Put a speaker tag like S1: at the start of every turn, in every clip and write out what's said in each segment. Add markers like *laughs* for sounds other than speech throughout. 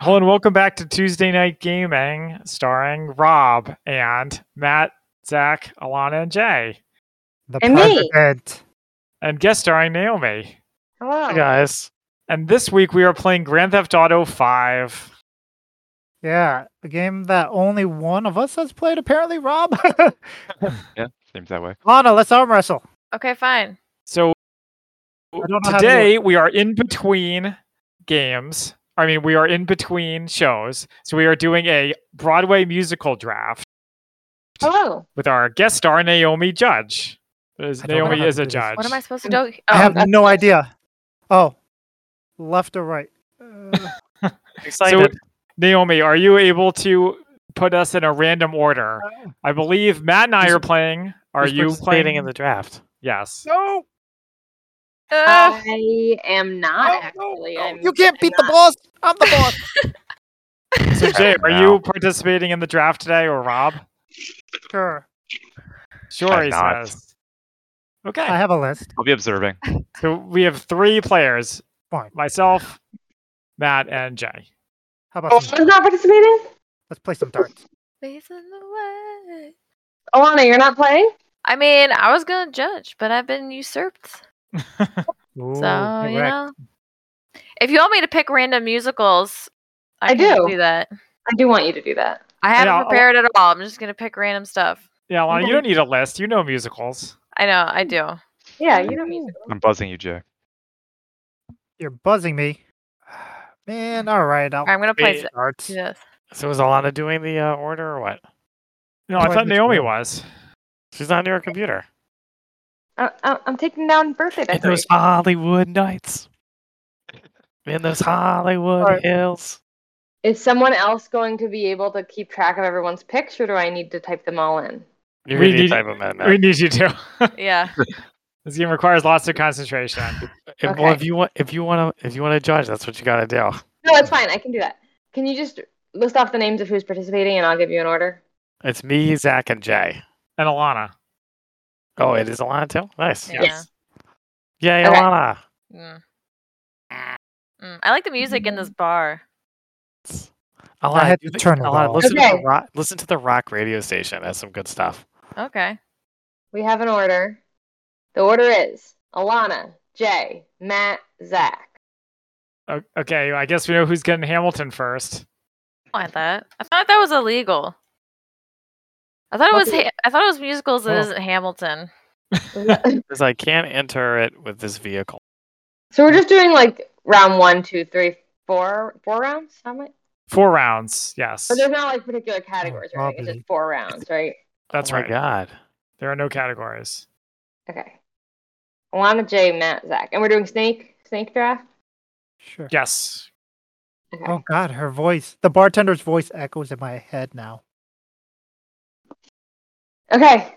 S1: Hello and welcome back to Tuesday Night Gaming, starring Rob and Matt, Zach, Alana, and Jay,
S2: The
S3: And me.
S2: president.
S1: and guest starring Naomi.
S3: Hello.
S1: Hi guys. And this week we are playing Grand Theft Auto 5.
S2: Yeah, a game that only one of us has played, apparently, Rob. *laughs*
S4: Seems that way.
S2: Lana, let's arm wrestle.
S3: Okay, fine.
S1: So
S2: don't know how to do it.
S1: today we are in between games. I mean, we are in between shows. So we are doing a Broadway musical draft
S3: Hello.
S1: with our guest star Naomi Judge. Because
S2: I don't know
S1: Naomi
S2: how to
S1: is a
S2: do this.
S1: judge.
S3: What am I supposed to do? Oh,
S2: I have
S3: that's-
S2: no idea. Oh, left or right?
S3: *laughs*
S2: Uh,
S1: So, Naomi, are you able to put us in a random order? I believe Matt and I
S5: Who's-
S1: are playing. Are
S5: Who's
S1: you
S5: participating
S1: playing
S5: in the draft?
S1: Yes.
S2: no,
S3: Ah,
S6: I am not
S2: Uh, no,
S6: actually.
S2: no,
S6: I'm,
S2: Oh, you can't beat the boss. I'm the boss.
S3: *laughs*
S1: So Jay, are
S4: no.
S1: you participating in the draft today, or Rob?
S2: sure,
S1: Sure, he
S4: I'm not.
S1: says. Okay.
S2: I have a list.
S4: I'll be observing.
S1: So we have three players:
S2: Fine.
S1: myself, Matt, and Jay.
S2: How
S6: Oh,
S2: about some,
S6: I'm not participating.
S2: let's play some darts?
S3: Ways in the way.
S6: Alana, you're not playing.
S3: I mean, I was gonna judge, but I've been usurped.
S2: Ooh,
S3: So
S2: correct.
S3: you know, if you want me to pick random musicals, I,
S6: I
S3: can
S6: do.
S3: do that.
S6: I do want you to do that.
S3: I haven't
S1: I'll- I'll-
S3: prepared at all. I'm just gonna pick random stuff.
S1: Yeah, Lana, you don't need a list. You know musicals.
S3: I know, I do.
S6: Yeah, you don't need to.
S4: I'm buzzing you, Jay.
S2: you're buzzing me. *sighs* Man, all right, I'll
S3: I'm gonna play
S5: Wait.
S3: z-
S2: darts.
S3: do this.
S5: So is Alana doing the uh, order or what?
S1: No, I
S2: Oh, I
S1: thought
S2: missed
S1: Naomi
S2: one.
S1: was.
S5: She's on her computer.
S6: I, I, I'm taking down birthday
S5: In those
S6: decorations.
S5: Hollywood nights. In those Hollywood
S2: Alright.
S5: hills.
S6: Is someone else going to be able to keep track of everyone's picks, or do I need to type them all in?
S5: You're
S1: We
S5: gonna need
S1: need-
S5: to type them in,
S1: We
S5: Matt.
S1: need you to. *laughs*
S3: Yeah.
S1: this game requires lots of concentration.
S5: If- Well,
S6: okay.
S5: if you want, if you want to, if you want to judge, that's what you gotta do.
S6: No, it's fine. I can do that. Can you just list off the names of who's participating, and I'll give you an order?
S5: It's me, Zach, and Jay.
S1: And Alana.
S5: Oh, it is Alana too. Nice.
S3: Yeah. Yes.
S5: Yay,
S6: Okay.
S5: Alana.
S3: Mm. Mm, I like the music in this bar.
S5: Alana,
S2: had
S5: you
S2: to
S5: li-
S2: turn it
S5: Alana,
S2: off.
S5: listen to
S6: Okay.
S5: the rock, listen to the rock radio station. That's some good stuff.
S3: Okay.
S6: We have an order. The order is Alana, Jay, Matt,
S2: *laughs*
S6: Zach.
S1: O- Okay, I guess we know who's getting Hamilton first.
S3: I want that. I thought that was illegal. I thought it was.
S6: Okay.
S3: Ha- I thought it was musicals. It
S5: Oh.
S3: isn't Hamilton.
S5: Because I can't enter it with this vehicle.
S6: So we're just doing like round one, two, three, four, four rounds. How much?
S1: Four rounds, yes.
S6: But there's not like particular categories, right? It's
S2: Oh, probably.
S6: just four rounds, right?
S1: That's
S5: oh
S1: right.
S5: My God.
S1: There are no categories.
S6: Okay. Alana, J, Matt, Zach, and we're doing snake snake draft.
S2: Sure.
S1: Yes.
S6: Okay.
S2: Oh God, her voice. The bartender's voice echoes in my head now.
S6: Okay.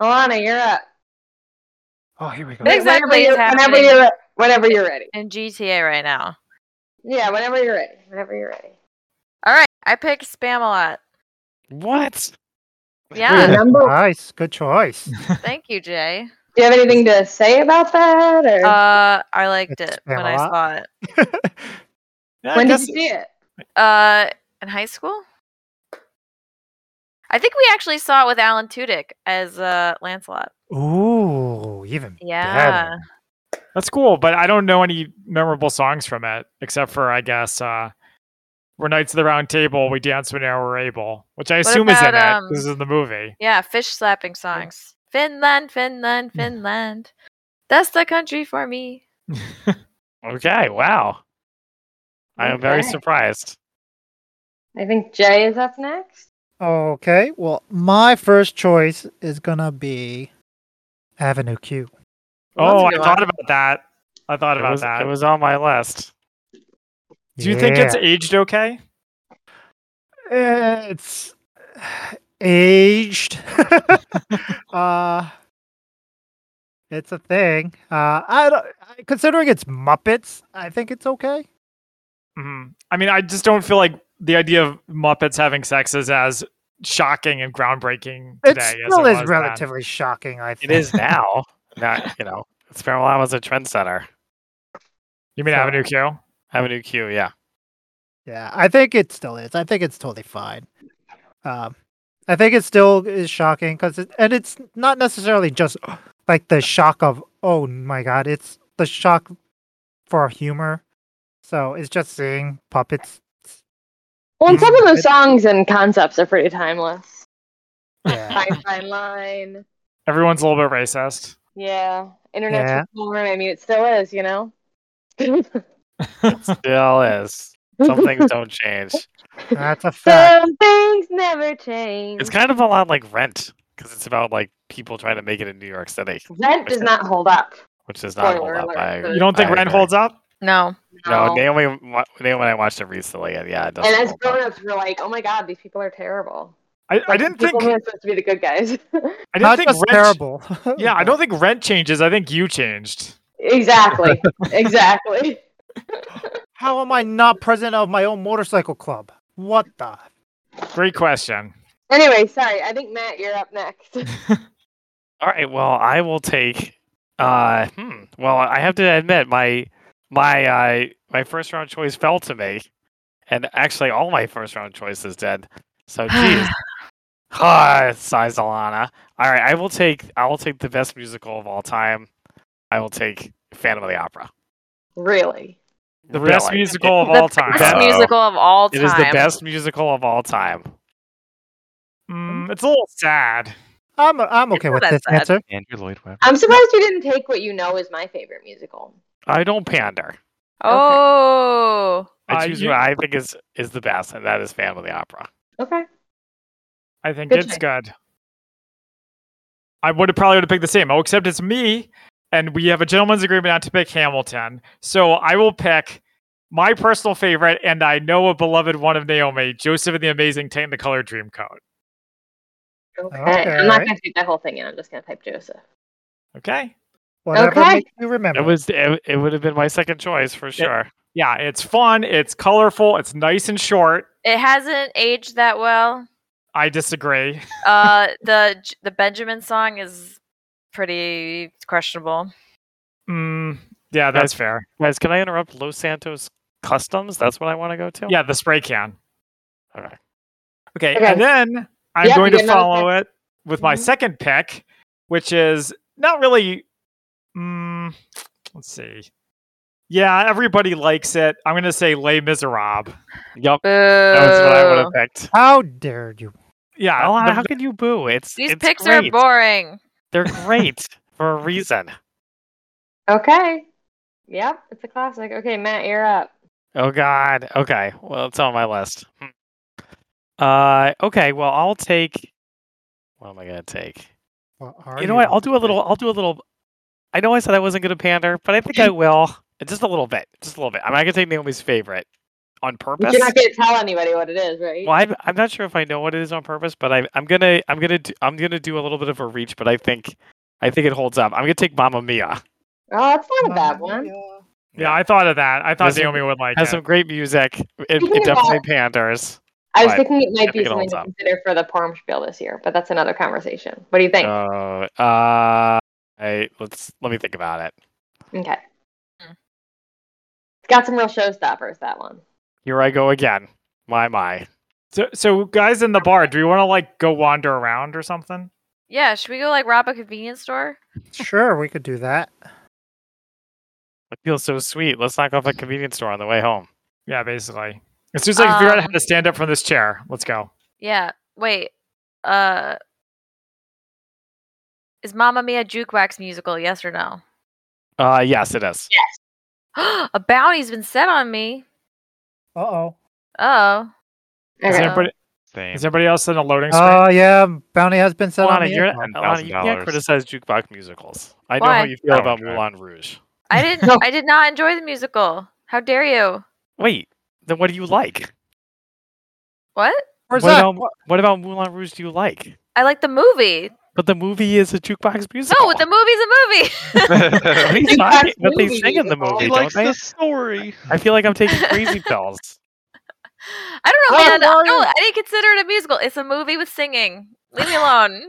S6: Alana, you're up.
S2: Oh, here we go.
S3: That exactly
S6: Whenever
S3: is
S6: you're, whenever
S3: happening.
S6: you're whenever you're ready.
S3: In GTA right now.
S6: Yeah, whenever you're ready. Whenever you're ready.
S3: All right. I picked Spam a lot.
S5: What?
S3: Yeah.
S6: Uh, Number.
S2: Nice, good choice. *laughs*
S3: Thank you, Jay.
S6: Do you have anything to say about that? Or
S3: Uh, I liked
S2: It's
S3: it when I
S2: Spamalot.
S3: saw it.
S1: Yeah, I
S6: when did
S1: guess-
S6: you see it?
S3: Uh, in high school. I think we actually saw it with Alan Tudyk as uh Lancelot.
S2: Ooh, even
S3: Yeah.
S2: better.
S1: That's cool, but I don't know any memorable songs from it, except for, I guess, uh, We're Knights of the Round Table, We Dance Whenever We're Able, which I assume is in
S3: about,
S2: um,
S1: it. This is the movie.
S3: Yeah. Fish slapping songs. Finland, Finland, Finland. That's the country for me.
S5: Okay. Wow. I am very
S6: Okay.
S5: surprised.
S6: I think Jay is up next.
S2: Okay, well, my first choice is gonna be Avenue Q.
S1: Oh, I
S3: that's a good
S1: thought
S3: one.
S1: about that. I thought
S5: It
S1: about
S5: was,
S1: that.
S5: it was on my list.
S1: Do you think it's aged okay?
S2: Yeah, it's aged? *laughs* uh, it's a thing. Uh, I don't. I- Considering it's Muppets, I think it's okay.
S1: Mhm. I mean, I just don't feel like the idea of Muppets having sex is as shocking and groundbreaking
S2: It
S1: today.
S2: still
S1: as it
S2: is
S1: was then.
S2: relatively shocking. I think
S5: It *laughs* is now. Not you know. Spamalot was a trendsetter.
S1: You mean
S2: so-
S1: Avenue Q?
S5: *laughs* Avenue Q. Yeah.
S2: Yeah, I think it still is. I think it's totally fine. Um, I think it still is shocking because, it, and it's not necessarily just *gasps* like the shock of oh my god, it's the shock for humor. So it's just seeing puppets.
S6: Well, and some
S2: Hmm.
S6: of those songs and concepts are
S2: *laughs*
S6: pretty timeless. *laughs*
S2: Yeah,
S6: Fine, fine line.
S1: Everyone's a little bit racist.
S6: Yeah, internet
S2: Yeah.
S6: porn. I mean, it still is, you know. *laughs*
S5: Still is. Some things don't *laughs* change.
S2: that's a fact.
S6: Some things never change.
S5: It's kind of a lot like Rent because it's about like people trying to make it in New York City,
S6: Rent does not hold up.
S5: which is not
S6: Spoiler
S5: hold up.
S6: alert.
S5: I,
S1: You don't think
S5: I
S1: Ren
S5: agree.
S1: holds up?
S3: No.
S5: No, Naomi, wa- Naomi and I watched it recently, and yeah, it doesn't.
S6: and as
S5: hold up.
S6: grown-ups, we're like, "Oh my god, these people are terrible."
S1: I, I didn't think
S6: people who are supposed to be the good guys. *laughs*
S1: I didn't
S2: Not
S1: think
S2: just
S1: Rent.
S2: terrible.
S1: Yeah, I don't think Rent changes. I think you changed.
S6: exactly, exactly.
S2: *laughs* How am I not president of my own motorcycle club? What the?
S1: Great question.
S6: Anyway, sorry. I think Matt, you're up next.
S5: All right. Well, I will take. Uh, hmm. Well, I have to admit my my uh, my first round choice fell to me, and actually all my first round choices did.
S3: *sighs*
S5: So, geez. Ah, sighs Alana. All right, I will take. I will take the best musical of all time. I will take Phantom of the Opera.
S6: really?
S1: The best
S5: Really.
S1: musical of
S3: the
S1: all time.
S3: best
S5: No.
S3: musical of all time.
S5: It is the best musical of all time.
S1: Mm, it's a little sad.
S2: I'm I'm
S3: It's
S2: okay
S3: not
S2: with
S3: that
S2: this
S3: bad.
S2: answer.
S4: Andrew Lloyd Webber.
S6: I'm surprised you didn't take what you know is my favorite musical.
S5: I don't pander.
S3: Oh.
S5: I
S1: Uh,
S5: choose
S1: you-
S5: what I think is is the best, and that is Phantom of the Opera.
S6: Okay.
S1: I think
S6: Good
S1: it's good. I would have probably would have picked the same. Oh, except it's me, and we have a gentleman's agreement not to pick Hamilton. So I will pick my personal favorite, and I know a beloved one of Naomi, Joseph and the Amazing Technicolor Dreamcoat.
S6: Okay.
S2: Okay,
S6: I'm not
S2: alright.
S6: gonna take that whole thing in. I'm just gonna type Joseph.
S1: Okay.
S2: Whatever
S6: Okay.
S2: makes you remember.
S5: It was. It, it would have been my second choice for sure.
S1: Yeah, it's fun. It's colorful. It's nice and short.
S3: It hasn't aged that well.
S1: I disagree.
S3: Uh, the J- the Benjamin song is pretty questionable.
S1: Mm, yeah, that's fair.
S5: Guys, can I interrupt Los Santos Customs? That's what I want to go to?
S1: Yeah, the spray can.
S5: Okay.
S1: Okay,
S6: Okay.
S1: and then I'm
S6: Yeah,
S1: going
S6: you
S1: to
S6: get another
S1: follow it with my
S6: Mhm.
S1: second pick, which is not really. Mm, let's see. Yeah, everybody likes it. I'm going to say Les Miserables.
S5: Yup.
S3: Boo.
S5: That's what I would
S3: Oh.
S5: have picked.
S2: How dare you?
S1: Yeah,
S5: Alana,
S1: Ah, the-
S5: how can you boo? It's
S3: These
S5: it's
S3: picks are
S5: great.
S3: boring.
S5: They're great *laughs* for a reason.
S6: Okay. Yep, it's a classic. Okay, Matt, you're up.
S5: Oh God. Okay. Well, it's on my list. Hmm. Uh. Okay. Well, I'll take. What am I gonna take?
S2: What are
S5: you know what? I'll do a little. I'll do a little. I know I said I wasn't gonna pander, but I
S3: *laughs*
S5: think I will. Just a little bit. Just a little bit. I'm not gonna take Naomi's favorite on purpose.
S6: But you're not gonna tell anybody what it is, right?
S5: Well, I'm, I'm not sure if I know what it is on purpose, but I, I'm gonna I'm gonna do, I'm gonna do a little bit of a reach, but I think I think it holds up. I'm gonna take Mamma Mia.
S6: Oh, it's not a bad one.
S1: yeah, I thought of that. I thought
S5: Has some-
S1: Naomi would like
S5: Has
S1: it.
S5: some great music. It,
S6: Speaking
S5: it
S6: of
S5: definitely panders.
S6: I was
S5: Right.
S6: thinking it might
S5: I
S6: be
S5: think it
S6: something
S5: holds
S6: to
S5: up.
S6: consider for the Porn Spiel this year, but that's another conversation. What do you think?
S5: Uh, uh, I, let's let me think about it.
S6: okay.
S3: Hmm.
S6: It's got some real showstoppers, that one.
S5: Here I go again. My my.
S1: So, so guys in the bar, do you want to like go wander around or something?
S3: Yeah, should we go like rob a convenience store?
S2: Sure, we could do that.
S5: It feels so sweet. Let's knock off a convenience store on the way home.
S1: Yeah, basically. It's just like figure out how
S3: Um,
S1: to stand up from this chair. Let's go.
S3: Yeah. Wait. Uh, is Mamma Mia jukebox musical? Yes or no? *gasps*
S5: Uh, yes, it is.
S3: a bounty's been set on me.
S2: Uh oh.
S3: Oh.
S1: Is
S6: Okay.
S3: Yeah.
S1: anybody,
S4: Same.
S1: is anybody else in a loading screen?
S2: Oh yeah, bounty has been set on
S5: Alana,
S2: me.
S5: you're,
S2: as well.
S5: Alana, you can't
S4: $1,000.
S5: criticize jukebox musicals. I know
S3: Why?
S5: how you feel
S4: Oh,
S5: about
S4: okay.
S5: Moulin Rouge.
S3: I
S5: *laughs*
S3: didn't I did not enjoy the musical. How dare you?
S5: Wait, then what do you like?
S3: What?
S2: Where's
S5: what
S2: that?
S5: about
S1: *laughs*
S5: what about Moulin Rouge do you like?
S3: I like the movie.
S5: But the movie is a jukebox musical.
S3: No, the movie's a movie. *laughs*
S4: *laughs*
S5: they,
S6: Jukebox
S5: sing, but they
S6: movie
S5: sing in the
S6: musical.
S5: movie,
S6: He
S5: don't they?
S4: *laughs* story.
S5: I feel like I'm taking crazy pills.
S3: I don't know,
S2: Oh,
S3: man.
S2: Mario.
S3: No, I didn't consider it a musical. It's a movie with singing. Leave me alone.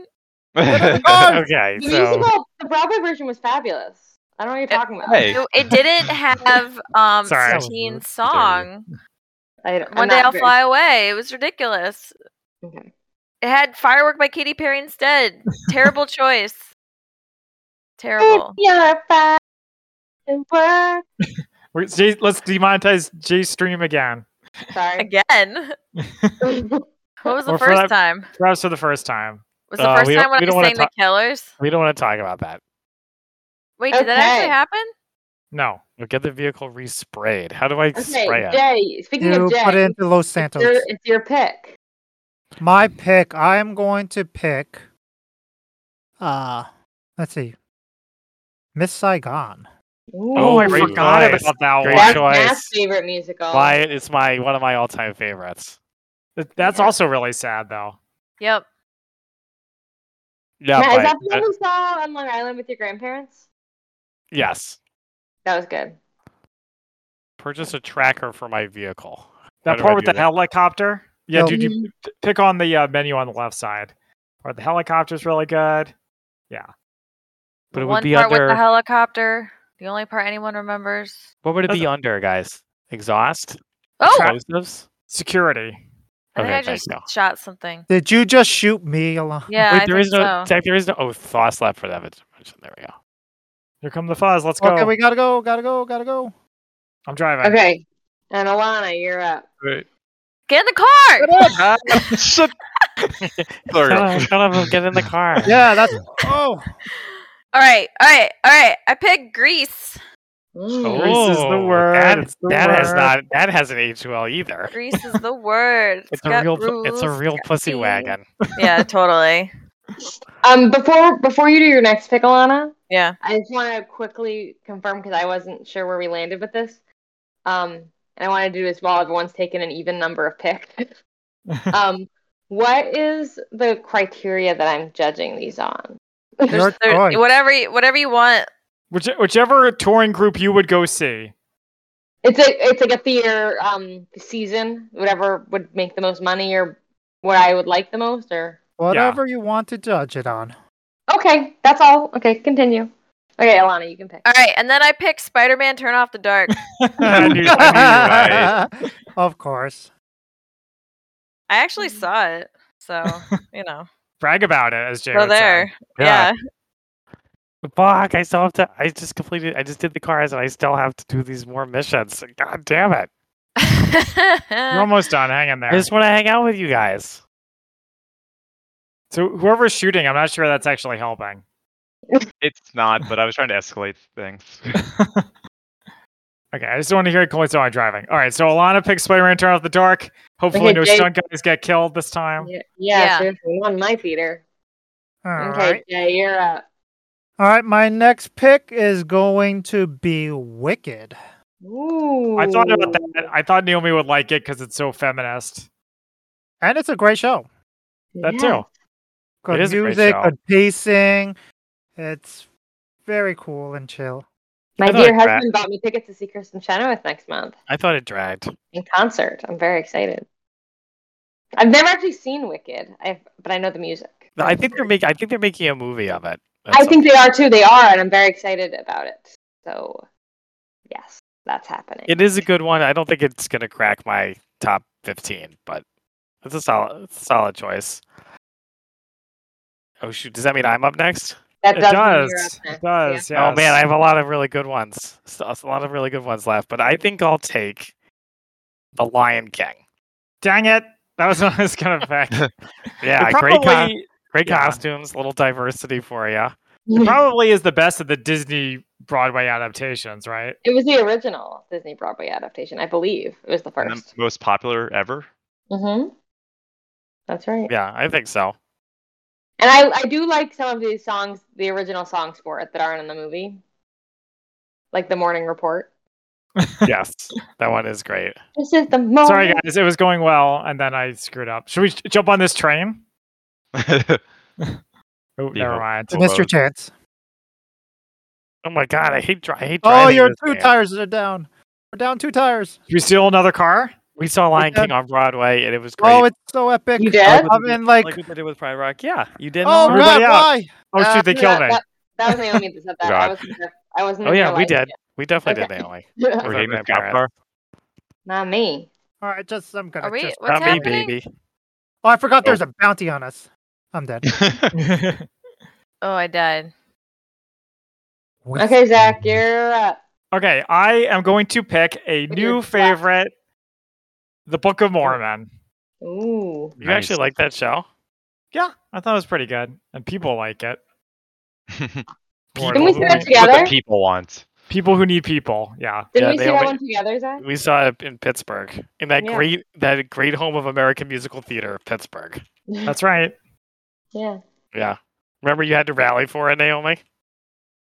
S5: okay,
S6: the
S5: so
S6: musical, the Broadway version was fabulous. I don't know what you're talking about.
S4: Hey.
S3: It, it didn't have um
S1: Sorry.
S2: That was
S3: teen
S2: rude.
S3: song.
S6: I don't, I'm
S3: One day
S6: not
S3: I'll
S6: very-
S3: fly away. It was ridiculous.
S6: Okay.
S3: It had Firework by Katy Perry instead. Terrible choice. Terrible.
S6: *laughs*
S5: *laughs*
S6: If you're fine, it
S3: *laughs*
S6: works.
S1: We're- J- Let's demonetize J stream again.
S6: Sorry.
S3: Again. *laughs* What was the
S1: Or for that-
S3: first time?
S1: Perhaps for the first time.
S3: Was the
S5: Uh,
S3: first
S5: we don't-
S3: time when
S5: we
S3: I
S5: don't wanna
S3: sang The Killers?
S5: We don't want to talk about that.
S3: Wait, did that actually
S6: Okay.
S3: happen?
S1: No.
S5: We'll get the vehicle resprayed. How do I spray
S6: *laughs* okay,
S5: it?
S6: Jay. Speaking
S2: You
S6: of Jay,
S2: put it into Los
S6: it's,
S2: Santos.
S6: your, it's your pick.
S2: My pick. I am going to pick. Uh let's see. Miss Saigon.
S1: Oh, I
S5: Ooh, great
S1: forgot
S5: choice.
S1: about that
S5: Great
S1: one.
S6: That's Matt's
S5: choice.
S6: favorite musical.
S5: My, it's my one of my all-time favorites.
S1: That- That's
S6: Yeah.
S1: also really sad, though.
S3: Yep.
S5: Yeah,
S6: Matt, is
S5: but,
S6: that the
S5: uh,
S6: one we saw on Long Island with your grandparents?
S5: yes.
S6: That was good.
S5: Purchase a tracker for my vehicle. How
S1: That
S5: do I
S1: part with
S5: do
S1: the
S5: that?
S1: helicopter. Yeah,
S2: No.
S1: dude,
S6: Mm-hmm.
S1: you p- pick on the uh, menu on the left side. Part the helicopter's really good.
S5: But it would
S3: One
S5: be
S3: part
S5: under.
S3: with the helicopter. The only part anyone remembers.
S5: what would it
S1: That's-
S5: be under, guys? Exhaust.
S3: Oh,
S1: Tra-
S5: Explosives?
S1: Security.
S3: I think
S5: okay,
S3: I
S5: thanks,
S3: just
S5: no.
S3: shot something.
S2: Did you just shoot me along?
S3: Yeah,
S5: Wait,
S3: I
S5: there
S3: think
S5: is no.
S3: so.
S5: Zach, there is no. Oh, thoughts left for that. It's- There we go.
S1: Here come the fuzz. Let's
S2: Okay,
S1: go.
S2: we gotta go, gotta go, gotta
S3: *laughs*
S2: go.
S1: I'm driving.
S6: Okay. And Alana, you're up.
S4: Right.
S3: Get in the car.
S4: Shut- Sorry.
S5: Shut up, shut up and get in
S3: *laughs*
S5: the *laughs* car.
S2: Yeah, that's oh
S3: All right, all right, all right. I picked Grease.
S6: Mm.
S1: Grease is the
S5: Oh,
S1: word,
S5: That,
S1: it's the
S5: that has
S1: word.
S5: not. That hasn't aged well either.
S3: Grease is the word.
S5: It's a
S3: got
S5: real. pu- It's a
S3: rules,
S5: real
S3: got
S5: pussy
S3: beans.
S5: wagon.
S3: Yeah, totally.
S6: Um, before before you do your next pick, Alana, *laughs*
S3: Yeah.
S6: I just want to quickly confirm because I wasn't sure where we landed with this. Um, and I want to do as well. Everyone's taken an even number of picks.
S5: *laughs*
S6: um, what is the criteria that I'm judging these on?
S2: your
S3: There's- there-
S2: choice.
S3: whatever, you, whatever you want.
S1: Which, whichever touring group you would go see.
S6: It's a it's like a theater um season, whatever would make the most money or what I would like the most or
S2: Whatever you want to judge
S1: *laughs*
S2: it on.
S6: Okay, that's all. Okay, continue. Okay, Alana, you can pick.
S3: All right, and then I picked Spider-Man: Turn Off the Dark.
S1: *laughs* I knew- I
S2: *laughs* of course.
S3: I actually
S5: *laughs*
S3: saw it, so you know,
S1: Brag about it, as Jay
S3: go
S1: would say.
S3: there. Yeah.
S5: *laughs* Fuck! I still have to. I just completed. I just did the cars, and I still have to do these more missions. God damn it!
S1: *laughs* You're almost done. Hang in there.
S5: I just want to hang out with you guys.
S1: So whoever's shooting, I'm not sure that's actually helping.
S4: It's not, but I was trying to escalate things.
S1: Okay, I just want to hear it so I'm driving. All right, so Alana picks Spider-Man Turn Off the Dark. Hopefully
S6: Okay,
S1: no
S6: Jay-
S1: stunt guys get killed this time.
S6: Yeah,
S3: Yeah.
S6: seriously, one night beater.
S2: All right.
S6: okay, Jay, you're up.
S2: All right, my next pick is going to be Wicked.
S6: Ooh.
S1: I thought about that. I thought Naomi would like it because it's so feminist.
S2: And it's a great show.
S1: That
S6: Yeah.
S1: too.
S2: Good
S5: It is a great
S2: music,
S5: show.
S2: good pacing. It's very cool and chill.
S6: My
S5: I thought
S6: dear
S5: it cracked.
S6: husband bought me tickets to see Kristen Chenoweth next month
S5: I thought it dragged.
S6: in concert. I'm very excited. I've never actually seen Wicked, I've, but I know the music.
S5: I think they're making. I think they're making a movie of it. at
S6: I
S5: some
S6: think they are too. They are, and I'm very excited about it. So, yes, that's happening.
S5: It is a good one. I don't think it's gonna crack my top fifteen, but it's a solid, it's a solid choice. Oh shoot! Does that mean I'm up next?
S6: that
S1: It
S6: does. mean you're
S1: does.
S6: up next,
S1: It does.
S5: Oh man, I
S1: yes.
S5: have a lot of really good ones. So- A lot of really good ones left, but I think I'll take the Lion King.
S1: dang it. That was what I was gonna pick. It
S5: Yeah, great, co-
S1: probably,
S5: great
S1: yeah.
S5: costumes, little diversity for you.
S6: yeah.
S1: it probably is the best of the Disney Broadway adaptations, right?
S6: It was the original Disney Broadway adaptation, I believe. It was the
S4: And the
S6: first.
S4: most popular ever. *laughs*
S6: hmm That's right.
S5: Yeah, I think so.
S6: And I, I do like some of these songs, the original songs for it that aren't in the movie, like the Morning Report.
S5: Yes, that one
S1: *laughs*
S5: is great.
S6: This is the morning.
S1: Sorry guys, it was going well and then I screwed up. Should we j- jump on this train? Oh,
S4: Yeah.
S1: never mind.
S2: You missed your
S4: Hello.
S2: chance.
S5: Oh my god, I hate dri- I hate
S2: Oh,
S5: driving
S2: your
S5: this
S2: two
S5: game.
S2: tires are down. We're down two tires.
S1: Should we steal another car?
S5: We saw Lion
S2: Yeah.
S5: King on Broadway, and it was great.
S2: Oh, it's so epic.
S6: You did?
S2: I'm in like,
S7: what they did with Pride Rock. Yeah, you did.
S2: oh god,
S1: Everybody out.
S2: why?
S1: Oh
S2: Uh,
S1: shoot, they
S6: No,
S1: killed me.
S6: That, that was Naomi that said that. I
S4: God.
S6: wasn't. there- I wasn't
S5: Oh,
S6: there
S5: yeah, we
S6: liking
S5: did. we definitely
S6: Okay.
S5: did Naomi.
S6: it. *laughs*
S5: With
S4: Or
S5: our
S4: Game of
S5: grandparents.
S4: Car.
S6: Not me.
S2: All right, just I'm gonna.
S3: *laughs* Are we?
S2: just-
S3: What's
S5: Not me,
S3: happening?
S5: baby.
S2: Oh, I forgot there's a bounty on us. I'm dead.
S3: Oh, I died.
S6: *laughs* Okay, Zach, you're up.
S1: okay, I am going to pick a
S6: With
S1: new
S6: your flat.
S1: favorite, the Book of Mormon.
S6: Ooh.
S4: *laughs*
S5: You actually like that show?
S1: Yeah, I thought it was pretty good, and people like it.
S4: Didn't
S1: People,
S6: Can we see that
S1: who,
S4: What
S6: together?
S4: the people want.
S1: people who need people. Yeah,
S6: Didn't
S5: Yeah,
S6: we
S5: they
S6: see that
S5: always-
S6: one together, Zach?
S5: We saw it in Pittsburgh, in that
S6: Yeah.
S5: great that great home of American musical theater, Pittsburgh.
S1: that's right.
S6: *laughs* yeah.
S5: Yeah. Remember, you had to rally for it, Naomi.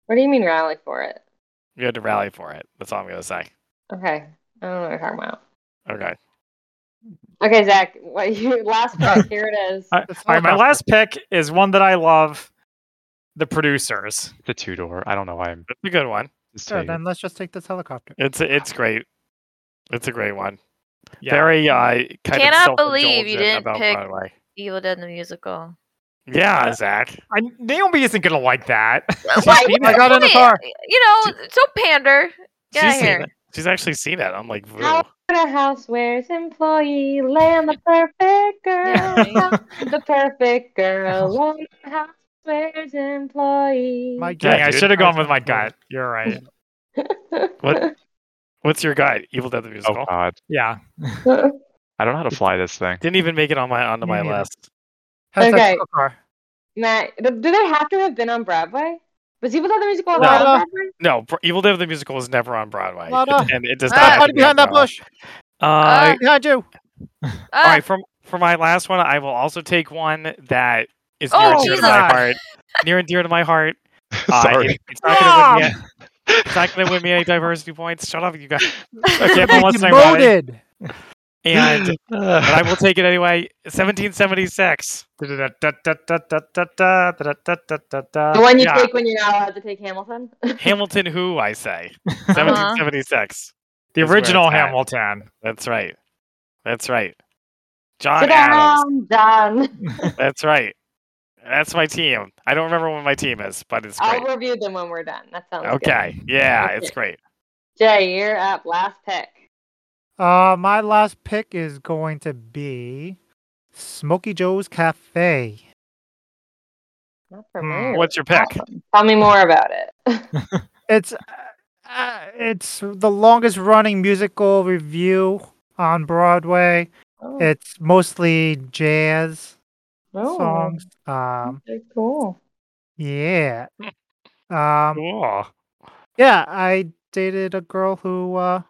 S6: What do you mean rally for it?
S5: You had to rally for it. That's all I'm gonna say.
S6: Okay. I don't know what you're talking about.
S5: Okay.
S6: Okay, Zach, what you *laughs*
S5: *laughs*
S6: last pick, here it is.
S1: I- All right, my last pick is one that I love. The producers.
S4: The two door. I don't know why I'm
S5: That's a good one.
S4: just
S2: Sure,
S4: saying it.
S2: then let's just take this helicopter.
S5: It's it's great. It's a great one.
S1: Yeah.
S5: Very uh, kind of
S3: Cannot believe you
S5: self-indulgent
S3: didn't
S5: about
S3: pick-
S5: Broadway.
S3: Evil Dead the musical.
S5: *laughs* Yeah, Zach.
S1: I, Naomi isn't gonna like that.
S3: *laughs* Why-
S5: seen
S2: I
S5: it.
S2: got in the
S3: Hey,
S2: car.
S3: You know, don't pander. Get
S5: She's
S3: out
S5: seen
S3: here.
S5: it. She's actually seen it. I'm like, "Ooh."
S6: How about a house where it's employee, land the
S5: *laughs*
S6: perfect girl,
S3: Yeah.
S6: land *laughs* the perfect girl, land the house where it's employee. *laughs*
S2: My
S1: Dang,
S5: Yeah,
S1: I
S5: dude.
S1: should have gone with my gut. You're right.
S5: What? what's your guide? Evil Dead the
S4: Oh
S5: musical.
S4: god.
S1: Yeah.
S4: I don't know how to fly this thing. *laughs*
S5: Didn't even make it on my onto
S2: Me
S5: my
S2: neither.
S5: list.
S2: Has
S6: Okay.
S2: that tow car.
S6: Matt, do do they have to have been on Broadway? Was Evil Dead the musical on
S5: No.
S6: Broadway?
S5: No, Bro- Evil Dead the musical is never on Broadway,
S2: Well
S5: It-
S2: done.
S5: and it does
S3: Ah,
S5: not.
S3: I
S5: have
S2: Hide
S5: to be on
S2: behind that
S5: Broadway.
S2: bush.
S5: Uh,
S2: Behind you.
S5: All
S3: Ah,
S5: right, for for my last one, I will also take one that is near
S3: Oh,
S5: and dear to my
S1: God.
S5: heart. Near and dear to my heart. Uh, it-
S4: Sorry.
S5: it's not gonna win me. a- It's not gonna win me any diversity points. Shut up, you
S3: *laughs*
S5: guys.
S3: Um,
S1: Okay, but let's not worry.
S2: Loaded.
S5: And but
S4: *laughs*
S5: I will take it anyway. 1776.
S6: The one you
S5: Uh, Yeah.
S6: take when you're not allowed to take Hamilton?
S5: Hamilton, who I say. 1776.
S1: The
S5: Is where
S1: original
S5: it's at.
S1: Hamilton.
S5: That's right. That's right.
S6: *laughs*
S5: John
S6: Sit
S5: Adams.
S6: down, done.
S5: That's right. That's my team. I don't remember what my team is, but it's
S6: I'll
S5: great.
S6: review them when we're done. That sounds good.
S5: Okay. Yeah,
S6: Okay.
S5: it's great.
S6: Jay, you're up. Last pick.
S2: Uh, my last pick is going to be Smoky Joe's Cafe.
S6: Not
S1: Hmm,
S6: familiar.
S5: What's your pick?
S6: Awesome. Tell me more about it. *laughs*
S2: It's uh, uh, it's the longest running musical review on Broadway.
S6: Oh,
S2: It's mostly jazz
S6: oh,
S2: songs. Um,
S6: okay, cool. *laughs*
S2: yeah. Um,
S5: Cool.
S2: Yeah, I dated a girl who uh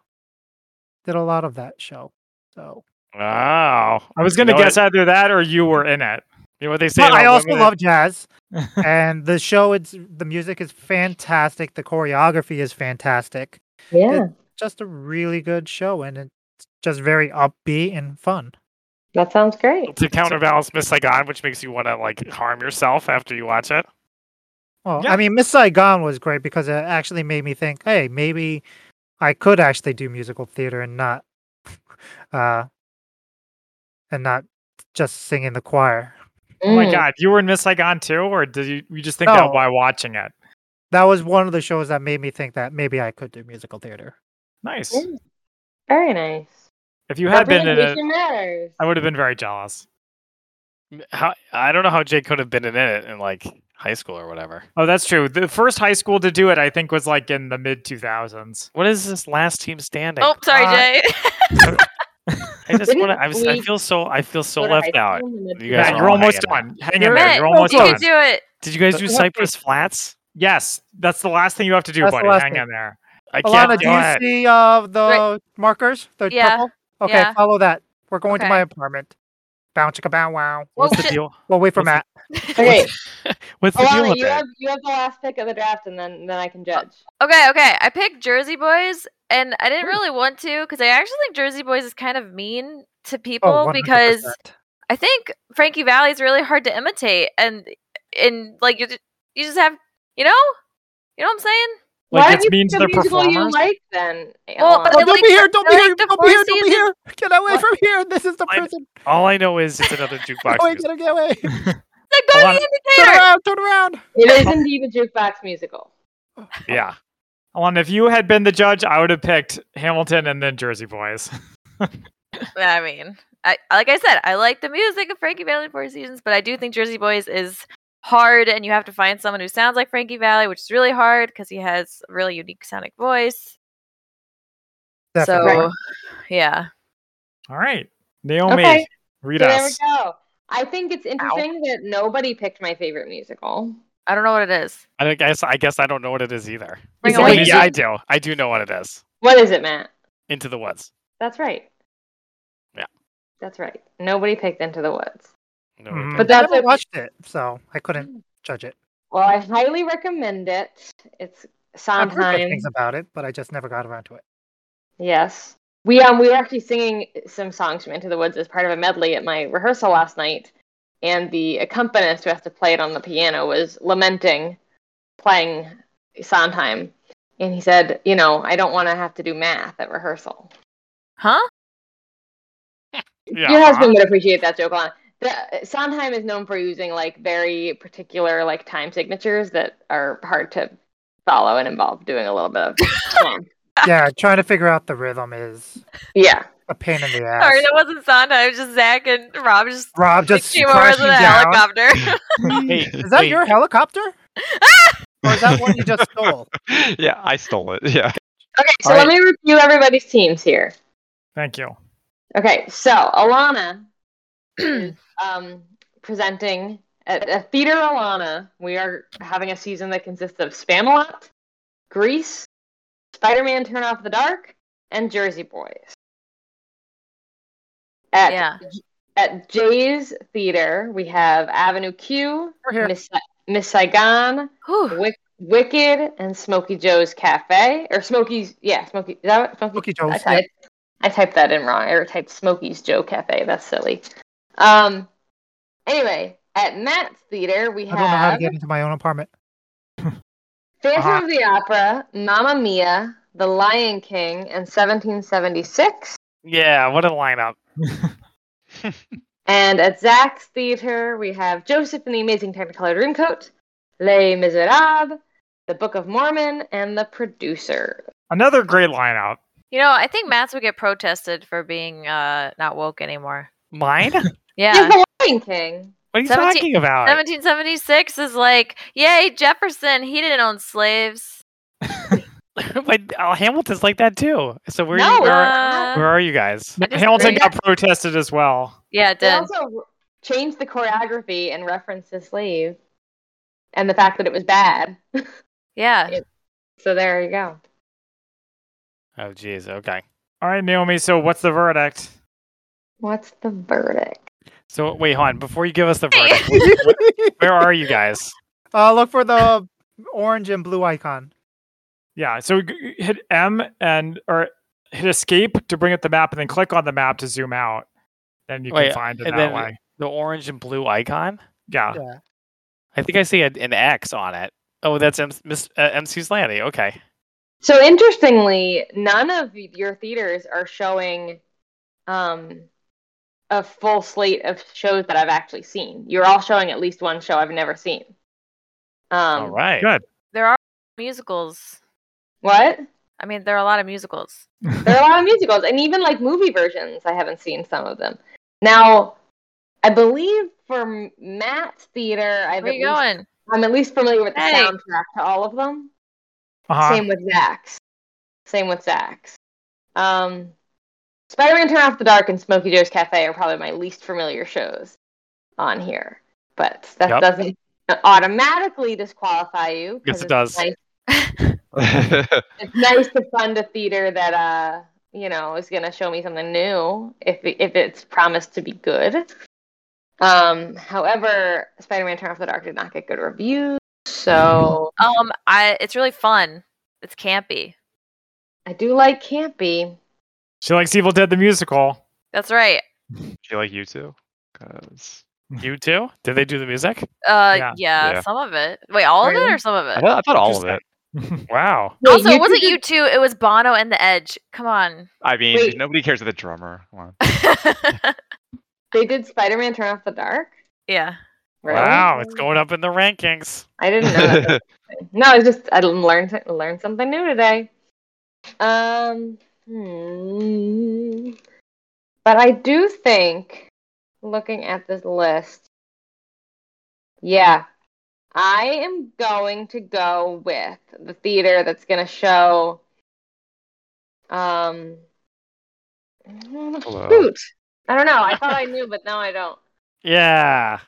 S2: did a lot of that show. So
S5: Wow.
S1: I was gonna
S5: You know
S1: guess either that or you were in it.
S5: You know what they say.
S2: but I
S5: about
S2: also
S5: women
S2: love jazz. and the show it's the music is fantastic, the choreography is fantastic.
S6: Yeah,
S2: Just a really good show and it's just very upbeat and fun.
S6: that sounds great.
S5: to counterbalance Miss Saigon, which makes you want to like harm yourself after you watch it.
S2: Well,
S1: Yeah.
S2: I mean Miss Saigon was great because it actually made me think, hey, maybe I could actually do musical theater and not *laughs* uh and not just sing in the choir.
S1: Oh my
S6: Mm.
S1: god, you were in Miss Saigon too, or did you, you just think that
S2: No.
S1: while watching it?
S2: that was one of the shows that made me think that maybe I could do musical theater.
S1: Nice.
S6: Mm. Very nice.
S1: If you had been in it,
S6: Representation matters.
S1: I would have been very jealous.
S5: M- How I don't know how Jake could have been in it in like high school or whatever.
S1: Oh, that's true. The first high school to do it, I think, was like in the mid 2000s.
S5: What is this last team standing?
S3: Oh, sorry,
S5: Ah,
S3: Jay.
S5: I just want to. I
S6: Didn't we
S5: feel so. I feel so
S6: Go to
S5: left
S6: high
S5: out.
S6: school and then-
S5: You guys
S1: Yeah,
S5: are
S1: you're
S5: all
S1: almost
S5: hanging
S1: done. Hang in there.
S3: Matt,
S1: You're almost
S3: you
S1: done.
S3: can do it.
S5: Did you guys do
S2: That's-
S5: Cypress Flats?
S1: Yes, that's the last thing you have to do,
S2: That's the
S1: buddy.
S2: last
S1: Hang
S2: thing.
S1: in there.
S5: I can't
S2: Alana, do
S5: do
S2: you
S5: it.
S2: see uh, the markers? The
S3: Yeah,
S2: purple? Okay,
S3: yeah.
S2: follow that. We're going to
S3: Okay.
S2: my apartment. Bow chicka bow wow.
S5: What's the
S3: Well,
S5: deal?
S2: Well, wait for
S5: What's the-
S2: Matt.
S6: Okay,
S5: What's the deal
S6: Alana,
S5: with
S6: you
S5: it?
S6: have you have the last pick of the draft, and then then I can judge.
S3: Okay, okay. I picked Jersey Boys, and I didn't really want to because I actually think Jersey Boys is kind of mean to people
S2: Oh, 100%.
S3: because I think Frankie Valley is really hard to imitate, and and like you, ju- you just have you know, you know what I'm saying?
S1: Like,
S6: Why
S1: it's
S6: do you
S1: mean to
S6: pick a
S1: the
S6: musical you
S1: performers?
S6: like then?
S3: Well, but
S2: Oh,
S3: I
S2: don't
S6: Alana?
S3: like
S2: be
S3: the-
S2: here! Don't
S3: I
S2: be
S3: like
S2: here!
S3: the
S2: Don't be here!
S3: Four
S2: Don't be
S3: Seasons-
S2: here! Get away
S3: What?
S2: from here! This is the
S5: I-
S2: prison!
S5: All I know is it's another
S2: Get
S5: jukebox.
S2: away!
S5: music.
S2: Get get away!
S3: *laughs* Like go
S1: Alana-
S3: to the
S2: Turn
S3: indicator.
S2: around! Turn around!
S6: It is indeed a jukebox musical.
S5: Yeah.
S1: Alon, if you had been the judge, I would have picked Hamilton and then Jersey Boys.
S3: I mean, I, like I said, I like the music of Frankie Valley Four Seasons, but I do think Jersey Boys is hard, and you have to find someone who sounds like Frankie Valley, which is really hard because he has a really unique sonic voice.
S2: Definitely.
S3: So, yeah.
S1: *laughs* All right, Naomi,
S6: Okay.
S1: read
S6: So there we
S1: us.
S6: go. I think it's interesting that nobody picked my favorite musical.
S3: I don't know what it is.
S5: I don't- guess I guess I don't know what it is either.
S3: Bring
S6: Is
S3: away.
S6: it-
S5: Wait, yeah, I do. I do know what it is.
S6: What is it, Matt?
S5: Into the woods.
S6: That's right.
S5: Yeah.
S6: That's right. Nobody picked Into the Woods.
S5: No,
S1: Mhm.
S6: But
S2: I
S6: that's
S2: haven't
S6: okay.
S2: watched it, so I couldn't judge it.
S6: Well, I highly recommend it. It's
S2: I've heard good
S6: Sondheim.
S2: things about it, but I just never got around to
S3: *laughs*
S2: it.
S6: Yes. We um we were actually singing some songs from Into the Woods as part of a medley at my rehearsal last night, and the accompanist who has to play it on the piano was lamenting playing Sondheim. And he said, you know, I don't want to have to do math at rehearsal.
S3: Huh?
S5: yeah, uh-huh.
S6: Your husband would appreciate that joke a lot. The, Sondheim is known for using like very particular like time signatures that are hard to follow and involve doing a little bit of. math.
S2: Yeah, trying to figure out the rhythm is
S6: yeah,
S2: a pain in the ass.
S3: Sorry, that wasn't Santa. It was just Zach and Rob just,
S2: Rob just
S3: came over to
S2: crashing
S3: the
S2: down.
S3: helicopter.
S5: Hey,
S2: Is that
S5: wait,
S2: your helicopter? Or is that one you just stole?
S4: yeah, I stole it. *laughs* Yeah.
S6: Okay, so
S1: All
S6: let me review everybody's teams here.
S1: Thank you.
S6: Okay, so Alana *clears throat* is um, presenting at, at Theater Alana. We are having a season that consists of Spamalot, Grease, Spider Man Turn Off the Dark, and Jersey Boys. At,
S3: Yeah.
S6: at Jay's Theater, we have Avenue Q,
S2: We're
S6: *laughs*
S2: here.
S6: Miss, Miss Saigon,
S3: Whew.
S6: Wick, Wicked and Smokey Joe's Cafe or Smokey's yeah Smokey is that what- Smokey,
S2: Smokey Joe's,
S6: I typed, I typed that in wrong. I typed Smokey's Joe Cafe. That's silly. Um. Anyway, at Matt's theater we
S2: I don't know how to
S6: have
S2: get into my own apartment. *laughs*
S6: Phantom
S1: Uh-huh.
S6: of the Opera, Mamma Mia, The Lion King, and 1776.
S5: yeah, what a lineup.
S6: And at Zach's theater we have Joseph and the Amazing Technicolor Dreamcoat, Les Miserables, The Book of Mormon, and The Producer.
S1: Another great lineup.
S3: You know, I think Matt's would get protested for being uh, not woke anymore.
S5: Mine? What
S3: Yeah.
S6: The Lion King.
S5: are you
S3: Seventeen-
S5: talking about?
S3: 1776 is like, yay, Jefferson, he didn't own slaves.
S5: *laughs* but uh, Hamilton's like that too. So where,
S6: No,
S5: you, where,
S3: Uh,
S5: where are you guys?
S3: I disagree.
S1: Hamilton got protested as well.
S3: Yeah, it
S6: They
S3: did.
S6: also r- changed the choreography and referenced the slave and the fact that it was bad.
S3: Yeah.
S6: So there you go.
S5: Oh, jeez. Okay.
S1: All right, Naomi. So what's the verdict?
S6: What's the verdict?
S5: So wait, hon, before you give us the
S3: Hey.
S5: verdict, where are you guys?
S2: Uh, look for the orange and blue icon.
S1: Yeah. So g- hit M and or hit escape to bring up the map, and then click on the map to zoom out. Then you
S5: Wait,
S1: can find it
S5: and
S1: that
S5: then-
S1: way.
S5: The orange and blue icon?
S1: Yeah.
S2: Yeah.
S5: I think I see a, an X on it. Oh, that's M- Miss, uh, MC's Landy. Okay.
S6: So interestingly, none of your theaters are showing um, a full slate of shows that I've actually seen. You're all showing at least one show I've never seen. Um,
S5: All right.
S1: Good.
S3: There are musicals.
S6: What?
S3: I mean, there are a lot of musicals.
S6: There are a lot of musicals, and even like movie versions. I haven't seen some of them. Now, I believe for Matt's theater, I've
S3: Where
S6: at
S3: you
S6: least-
S3: going?
S6: I'm at least familiar with the
S3: Hey.
S6: soundtrack to all of them.
S1: Uh-huh.
S6: Same with Zach's. Same with Zach's. Um, Spider-Man: Turn Off the Dark and Smokey Joe's Cafe are probably my least familiar shows on here, but that
S5: Yep.
S6: doesn't automatically disqualify you. 'cause
S5: Yes,
S6: it's
S5: it does.
S6: nice-
S4: *laughs*
S6: it's nice to fund a theater that uh you know is going to show me something new if if it's promised to be good um however spider-man turn off the dark did not get good reviews so
S3: Um, I it's really fun. It's campy.
S6: i do like campy
S1: She likes Evil Dead the musical.
S3: That's right.
S4: you like you too? 'Cause-
S5: You too? Did they do the music?
S3: Uh,
S1: Yeah.
S3: yeah,
S4: Yeah.
S3: some of it. Wait, all of
S6: Really?
S3: it or some of
S4: I
S3: it?
S4: thought, I thought all of it.
S1: *laughs*
S5: Wow.
S6: Wait,
S3: also,
S6: you
S3: it wasn't
S6: two
S3: you two. It was Bono and the Edge. Come on. *laughs*
S4: I mean,
S6: Wait.
S4: nobody cares about the drummer. Come on.
S6: they did spider-man turn off the dark
S3: yeah.
S6: really?
S3: Oh,
S5: Wow. It's going up in the rankings.
S6: i didn't know that
S5: *laughs*
S6: no it's just i learned learned something new today um hmm. But I do think, looking at this list, yeah, I am going to go with the theater that's going to show. Um,
S4: Hello.
S6: shoot, I don't know. I thought I knew, but now I don't.
S5: Yeah.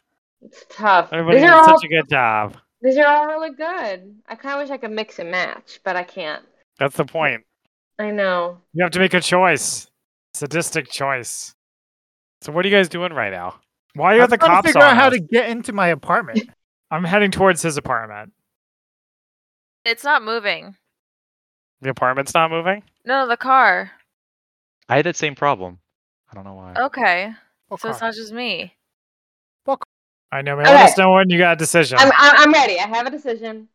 S6: It's tough.
S5: Everybody
S6: These
S5: did
S6: are all
S5: such a good job.
S6: these are all really good. I kind of wish I could mix and match, but I can't.
S5: That's the point.
S6: I know.
S1: You have to make a choice. Sadistic choice.
S5: So what are you guys doing right now?
S1: Why are
S2: I'm
S1: the
S2: trying
S1: cops
S2: to figure
S1: on
S2: out how
S1: us?
S2: to get into my apartment.
S1: I'm heading towards his apartment.
S3: It's not moving.
S5: The apartment's not moving?
S3: No, the car.
S4: I had that same problem. I don't know why.
S3: Okay.
S2: What
S3: So it's
S2: car?
S3: not just me.
S1: I know, man. Let
S6: Okay.
S1: us know when you got a decision.
S6: I'm I- I'm ready. I have a decision,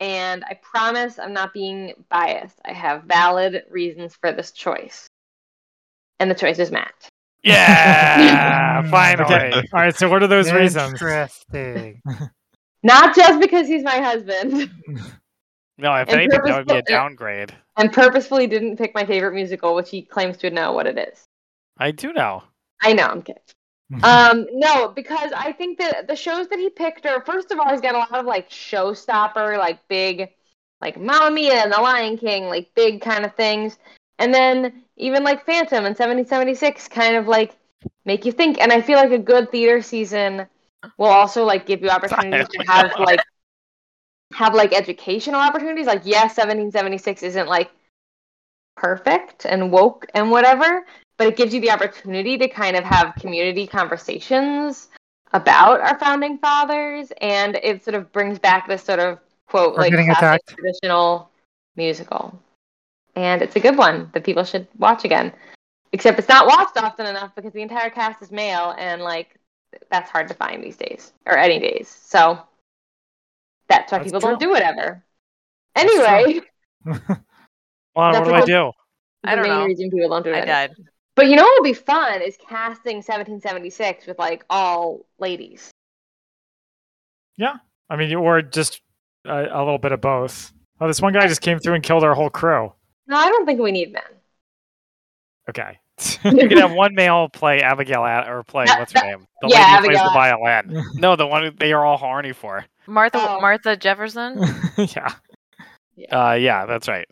S6: and I promise I'm not being biased. I have valid reasons for this choice, and the choice is Matt. *laughs*
S5: Yeah. finally.
S1: Okay. All right. So what are those reasons?
S2: Interesting.
S6: Not just because he's my husband, *laughs*
S5: No, if
S6: And
S5: anything, that would be a
S6: purposeful-
S5: downgrade.
S6: and purposefully didn't pick my favorite musical, which he claims to know what it is.
S5: I do know.
S6: I know, I'm kidding. um, no, because I think that the shows that he picked are first of all, he's got a lot of like showstopper, like big, like Mamma Mia and The Lion King, like big kind of things, and then even like Phantom and 1776 kind of like make you think. And I feel like a good theater season will also like give you opportunities to have like have like educational opportunities. Like yes, 1776 isn't like perfect and woke and whatever but it gives you the opportunity to kind of have community conversations about our founding fathers and it sort of brings back this sort of quote
S2: We're
S6: like
S2: getting
S6: classic
S2: attacked.
S6: traditional musical and it's a good one that people should watch again except it's not watched often enough because the entire cast is male and like that's hard to find these days or any days so that's why
S1: That's
S6: people don't
S1: true.
S6: do it ever
S1: That's true.
S6: anyway
S5: Well,
S6: That's
S5: what do
S6: a
S5: I
S6: good-
S5: do?
S3: I don't
S6: the main
S3: know.
S6: reason people don't do it
S3: I
S6: anymore.
S3: died.
S6: But you know what would be fun is casting 1776 with like all ladies.
S1: I mean, or just uh, a little bit of both. Oh, this one guy just came through and killed our whole crew.
S6: No, I don't think we need men.
S1: Okay.
S5: You could have one male play Abigail Ad- or play
S6: That-
S5: what's
S6: that-
S5: her name? The
S6: yeah,
S5: lady who plays
S1: *laughs*
S5: the violin. No, the one who- they are all horny for.
S3: Martha
S6: Oh.
S3: Martha Jefferson?
S1: yeah.
S5: Uh, yeah, that's right.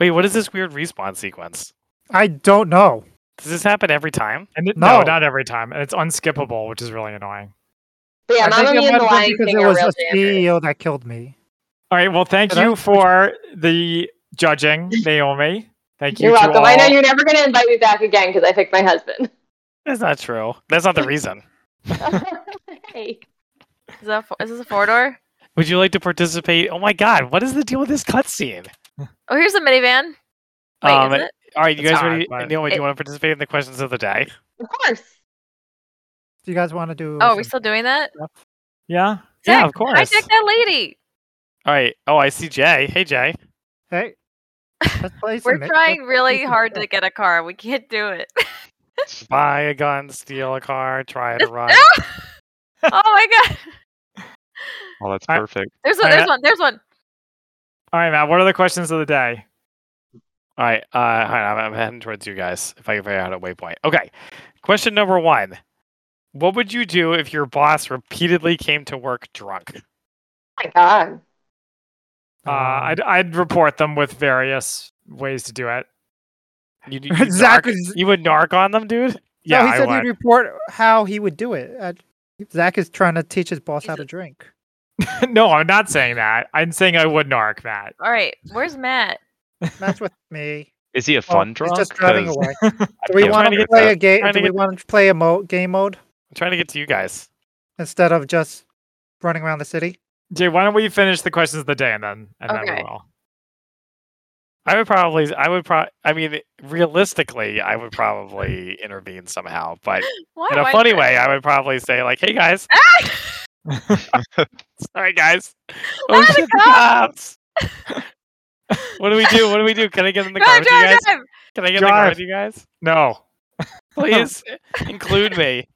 S5: Wait, what is this weird respawn sequence?
S2: I don't know.
S5: Does this happen every time?
S1: And it, no.
S2: No.
S1: not every time. And it's unskippable, which is really annoying.
S6: But yeah,
S2: I
S6: Mamma
S2: think
S6: Mia
S2: it
S6: and the
S2: might have
S6: Lion
S2: been because
S6: King
S2: it
S6: are
S2: was
S6: real
S2: a
S6: jammers.
S2: CEO that killed me.
S1: All right. Well, thank
S2: Did I-
S5: *laughs*
S1: you for the
S6: *laughs*
S1: judging, Naomi. Thank you
S6: You're
S1: to
S6: welcome.
S1: all.
S6: I know you're never going to invite me back again because I picked
S2: *laughs*
S6: my husband. *laughs*
S5: That's not true. That's not the reason.
S6: hey.
S3: Is that fo- is this a four door?
S5: Would you like to participate? Oh my god, what is the deal with this cutscene?
S3: Oh, here's a minivan. Wait,
S5: Um,
S3: is it?
S5: All right, you
S1: It's
S5: guys
S1: hot,
S5: ready?
S1: but-
S5: Naomi, do
S3: It-
S5: you want to participate in the questions of the day?
S6: Of course.
S2: Do you guys want to do?
S3: Oh, are we
S2: some-
S3: still doing that?
S1: Yeah.
S5: Yeah,
S3: Zach,
S5: of course.
S3: I checked that lady.
S5: All right. Oh, I see Jay. Hey, Jay.
S2: Hey, let's play
S3: We're
S2: some. mi-
S3: trying
S2: let's-
S3: really
S2: some
S3: hard
S2: stuff.
S3: to get a car. We can't do it. *laughs*
S5: Buy a gun, steal a car, try to run.
S3: oh
S5: *laughs*
S3: my god.
S4: Well, oh, that's
S1: I-
S4: perfect.
S3: There's one,
S1: Alright,
S3: there's one, there's one.
S1: All right, Matt. What are the questions of the day?
S5: All right. Uh, all right. I'm, I'm heading towards you guys. If I can figure out a waypoint. Okay. Question number one: What would you do if your boss repeatedly came to work drunk?
S6: Oh my God.
S2: Um,
S1: Uh,
S5: Um,
S1: I'd, I'd report them with various ways to do it. *laughs*
S5: You, you,
S2: Um, Zach
S5: narc-
S2: is.
S5: you would narc on them, dude.
S1: Yeah,
S2: no, he
S1: I
S2: said
S1: would.
S2: he'd report how he would do it. Uh, Zach is trying to teach his boss how
S3: He's a-
S2: to drink.
S1: *laughs* no, I'm not saying that. I'm saying I would narc Matt.
S3: All right, where's Matt?
S2: That's with me.
S4: Is he a
S2: Oh,
S4: fun drunk?
S2: He's just driving
S4: 'Cause
S5: *laughs*
S2: away.
S4: I'd
S2: Do we
S4: be
S2: want
S5: trying
S4: okay
S5: to
S2: to
S4: with
S2: play
S4: that.
S2: a game?
S5: Trying to
S2: Do we
S5: get-
S2: want to play a mo- game mode
S5: I'm trying to get to you guys.
S2: instead of just running around the city?
S1: Jay, why don't we finish the questions of the day and then and then we
S3: Okay.
S1: will.
S5: I would probably. I would pro. I mean, realistically, I would probably intervene somehow, but
S3: Why
S5: in
S3: am
S5: a
S3: I
S5: funny
S3: doing
S5: way, I would probably say like, "Hey guys,
S3: Ah!
S5: *laughs* sorry
S3: *laughs*
S5: guys,
S3: Ah,
S5: oh
S3: the
S5: shit, the cops. *laughs* what do we do? What do we do? Can I get
S3: *laughs*
S5: in the
S3: Drive,
S5: car with you
S3: drive,
S5: guys?
S3: drive.
S5: Can I get in the car
S1: Drive.
S5: with you guys?
S1: No.
S5: *laughs*
S3: *laughs*
S5: Please include me.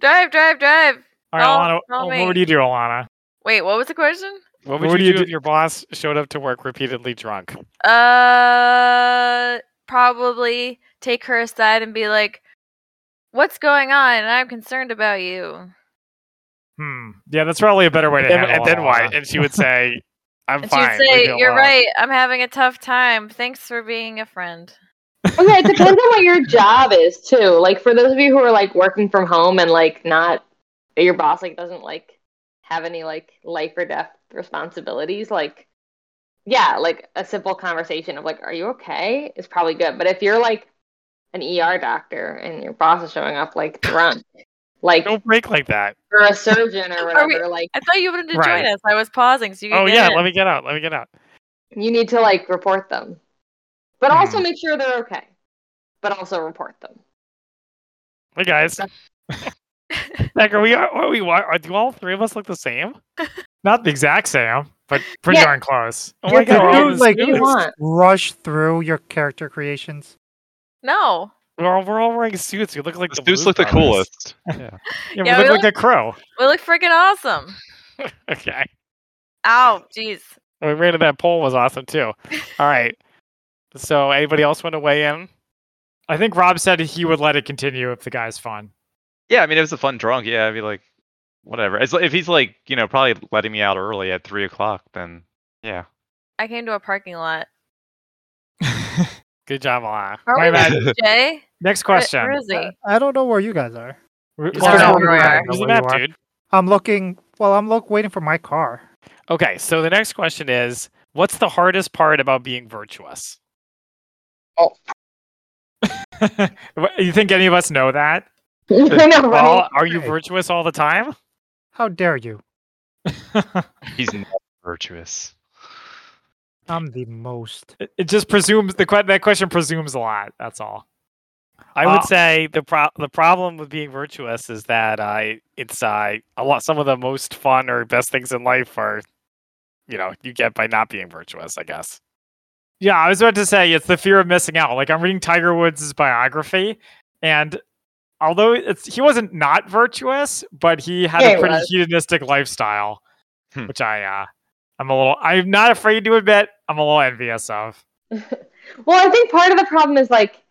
S3: Drive, drive, drive.
S1: All right,
S3: No,
S1: Alana.
S3: no,
S1: what
S3: wait.
S1: would you do, Alana?
S3: Wait, what was the question?
S5: What would
S1: What
S5: you,
S1: do you
S5: do,
S1: do-
S5: if your boss showed up to work repeatedly drunk?
S3: Uh probably take her aside and be like, "What's going on? And I'm concerned about you."
S1: Hmm. Yeah, that's probably a better way to
S5: And,
S1: handle
S5: and then
S1: all
S5: why?
S1: that.
S5: And she would say, "I'm
S3: And
S5: fine."
S3: she'd
S5: leave
S3: say,
S5: me
S3: "You're
S5: alone."
S3: right. I'm having a tough time. Thanks for being a friend."
S6: Okay, it depends on what your job is too. Like for those of you who are like working from home and like not your boss like doesn't like have any like life or death responsibilities, like yeah, like a simple conversation of like, Are you okay? is probably good. But if you're like an ER doctor and your boss is showing up like drunk, like
S5: Don't break like that.
S6: or a surgeon or
S3: Are
S6: whatever,
S3: we-
S6: like
S3: I thought you wanted to
S5: Right.
S3: join us. I was pausing, so you.
S5: Oh
S3: could
S5: yeah,
S3: get in.
S5: let me get out. Let me get out.
S6: you need to like report them. But also make sure they're okay. But also report them.
S5: Hey guys.
S6: *laughs*
S5: Like, are we? Are we? Are, are, do all three of us look the same?
S1: Not the exact same, but pretty
S6: Yeah.
S1: darn close.
S5: Oh my
S2: Yeah,
S5: god, we're all,
S2: dude,
S5: the
S2: like-
S6: What do you
S5: suits.
S6: want?
S2: Rush through your character creations.
S3: No.
S5: We're, all, we're all wearing suits. We look like
S4: The
S5: the
S4: dudes
S5: Blues
S4: look the
S5: Brothers.
S4: coolest.
S1: Yeah,
S3: Yeah,
S1: we
S3: we
S1: look like a crow.
S3: We look freaking awesome.
S5: okay.
S3: Ow, jeez.
S5: And we ran to that poll was awesome too. All right. So anybody else want to weigh in?
S1: *laughs* I think Rob said he would let it continue if the guy's fun.
S4: Yeah, I mean, it was a fun drunk. Yeah, I'd be like, whatever. As, if he's like, you know, probably letting me out early at three o'clock, then yeah.
S3: I came to a parking lot.
S5: Good job, Alana.
S3: Are
S1: My
S3: we
S1: bad.
S3: with Jay?
S1: Next
S3: Where-
S1: question. Uh,
S3: Where is he?
S2: I- I don't know where you guys are.
S1: We're-
S5: You
S1: we're
S5: start
S1: not where
S5: out with
S1: we are.
S5: the map. Use the
S2: Where you
S5: map,
S2: are.
S5: dude.
S2: I'm looking. Well, I'm look waiting for my car.
S5: Okay. So the next question is, what's the hardest part about being virtuous? *laughs*
S1: What- you think any of us know that?
S6: I know, *laughs* right?
S5: Well, are you
S2: Hey.
S5: virtuous all the time?
S2: How dare you?
S4: He's not virtuous. *laughs*
S2: I'm the most.
S1: It- It just presumes the que- that question presumes a lot. That's all.
S5: I would
S1: Uh,
S5: say the pro- the problem with being virtuous is that uh, it's uh, a lot. Some of the most fun or best things in life are, you know, you get by not being virtuous. I guess.
S1: Yeah, I was about to say it's the fear of missing out. Like I'm reading Tiger Woods' biography, and although it's he wasn't not virtuous, but he had
S6: Yeah,
S1: a
S6: he
S1: pretty
S6: was.
S1: hedonistic lifestyle,
S4: Hmm.
S1: which I uh, I'm a little I'm not afraid to admit I'm a little envious of.
S6: *laughs* Well, I think part of the problem is like,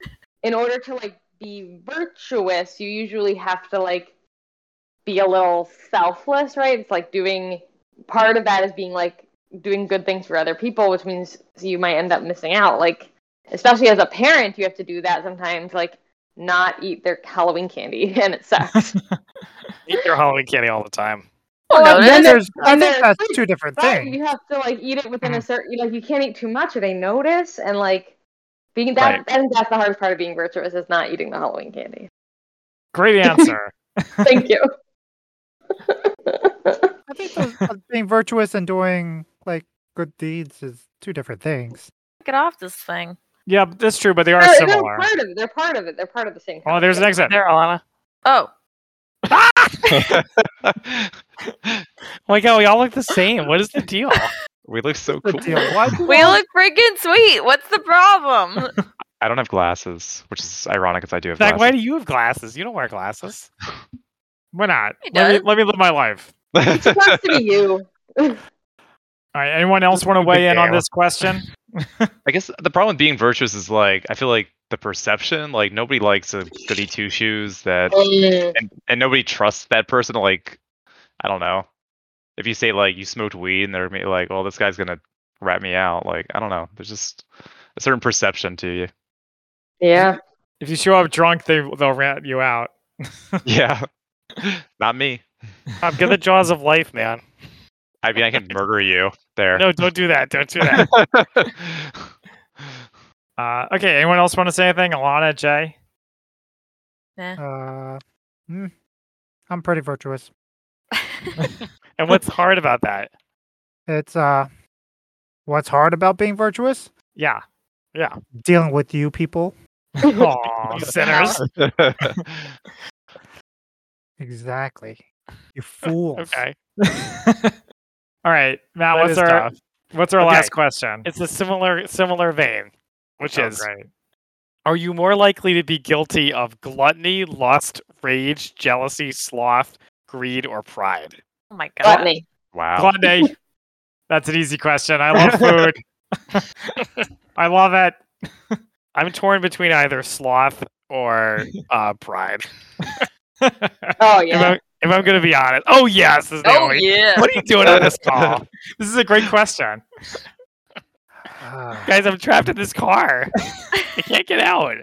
S6: in order to like be virtuous, you usually have to like be a little selfless, right? It's like doing part of that is being like doing good things for other people, which means you might end up missing out. Like, especially as a parent, you have to do that sometimes, like not eat their Halloween candy, *laughs* and it sucks.
S5: *laughs* Eat your Halloween candy all the time.
S3: *laughs* Oh, no,
S6: and
S2: Then
S3: that's-
S6: then-
S2: there's, I think
S6: and there's
S2: that's
S6: fruit,
S2: two different
S6: Right,
S2: things.
S6: you have to like eat it
S1: Mm.
S6: within a certain like you can't eat too much or they notice and like being that
S5: Right.
S6: I think that's the hardest part of being virtuous is not eating the
S1: *laughs*
S6: Halloween candy.
S1: Great
S5: *laughs*
S1: answer.
S6: Thank you.
S2: I think those, uh, being virtuous and doing like good deeds is two different
S5: *laughs*
S2: things.
S3: Get off this thing.
S1: yeah, that's true, but they are
S6: they're, they're
S1: similar.
S6: part of it. They're part of it. They're part of the same.
S1: Oh, there's an
S6: concept.
S1: exit.
S5: There, Alana.
S3: Oh,
S5: Oh my god, we all look the same. What is the deal?
S4: we look so
S2: The
S4: cool.
S2: deal. Why do
S3: we
S2: I-
S3: look freaking sweet. What's
S1: *laughs*
S3: the problem?
S4: I don't have glasses, which is ironic because I do have
S5: Zach, why do
S4: glasses.
S5: you have glasses? You don't wear glasses.
S1: Why not?
S3: He
S1: Let me,
S3: does.
S1: let me live my life.
S4: *laughs*
S6: It's supposed to be you.
S1: All right. Anyone else want to
S5: Big
S1: weigh in on
S5: deal.
S1: this question?
S4: I guess the problem with being virtuous is like I feel like the perception, like nobody likes a goody two shoes that and, and nobody trusts that person to like I don't know. If you say like you smoked weed and they're gonna be like, well, this guy's gonna rat me out, like I don't know. There's just a certain perception to
S1: *laughs*
S4: you.
S6: *laughs* Yeah.
S1: if you show up drunk, they they'll rat you out.
S4: Yeah. Not me.
S5: I'm *laughs* good the jaws of life, man.
S4: I mean
S1: *laughs*
S4: I can murder you there.
S5: No, don't do that. Don't do that.
S4: *laughs*
S1: Uh, okay. Anyone else want to say anything? Alana, Jay.
S2: Uh, hmm, I'm pretty virtuous.
S5: And what's hard about that?
S2: It's uh, what's hard about being virtuous?
S1: Yeah.
S2: Dealing with you people.
S1: *laughs* Aw,
S5: You sinners.
S2: Exactly.
S1: *laughs*
S2: You fools.
S5: Okay.
S1: All right, Matt.
S5: That
S1: what's
S5: is
S1: our
S5: tough.
S1: what's our
S5: Okay.
S1: last question?
S5: It's a similar similar vein, which
S1: Oh,
S5: is
S1: great.
S5: Are you more likely to be guilty of gluttony, lust, rage, jealousy, sloth, greed, or pride?
S3: *laughs* Oh my god.
S1: *laughs*
S6: Gluttony.
S4: *laughs* wow.
S1: Gluttony.
S5: *laughs*
S1: That's an easy question. I love food. I love it.
S5: I'm torn between either sloth or uh, pride.
S6: Oh
S5: If,
S6: yeah.
S5: I'm, if I'm gonna be honest, oh yes, is
S3: Oh
S5: Naomi.
S3: yeah.
S5: What are you doing on this
S1: *laughs*
S5: call,
S1: This is a great question.
S2: Ah.
S5: guys? I'm trapped in
S3: *laughs*
S5: this car. I can't get out.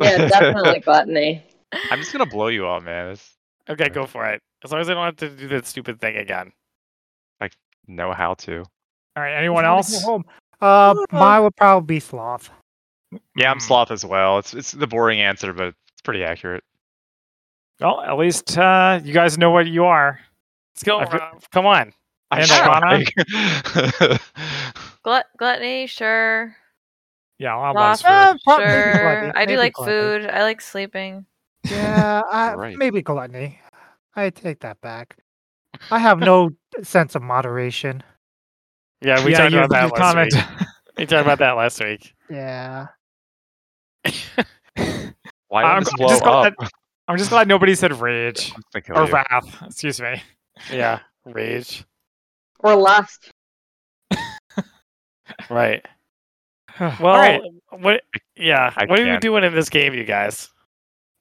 S6: Yeah, definitely gluttony.
S4: I'm just gonna blow you up, man. It's
S5: Okay, go for it. As long as I don't have to do that stupid thing again.
S4: know how to.
S1: All right. Anyone
S2: Wanna go
S1: else?
S2: home. Uh, mine would probably be sloth.
S4: Yeah, I'm
S1: Hmm.
S4: sloth as well. It's it's the boring answer, but it's pretty accurate.
S1: Well, at least uh, you guys know what you are.
S5: Let's go.
S1: I've-
S5: Rob. Come on.
S4: I'm
S1: And uh,
S4: trying.
S3: Glut- gluttony, sure.
S1: Yeah, I'll
S3: Sloth,
S2: Uh, probably
S3: sure.
S2: gluttony,
S3: I do
S2: maybe
S3: like
S2: gluttony.
S3: food. I like sleeping.
S2: Yeah, I,
S4: Right.
S2: maybe gluttony. I take that back. I have
S1: *laughs*
S2: no sense of moderation.
S5: Yeah, we
S1: yeah,
S5: talked
S1: you-
S5: about that
S1: you
S5: last
S1: comment.
S5: week. We talked about that last week.
S2: Yeah.
S4: *laughs* Why
S1: *laughs* I'm,
S4: don't this
S1: I'm
S4: blow
S1: just glad,
S4: up? Oh,
S1: I'm just glad nobody said *laughs* rage
S4: I'm gonna kill
S1: or
S4: you.
S1: wrath. Excuse me.
S5: Yeah, rage.
S6: Or lust.
S5: Right.
S1: *sighs* All
S5: Well,
S1: right.
S5: what? Yeah.
S4: I
S5: what are you
S4: can't.
S5: doing in this game, you guys?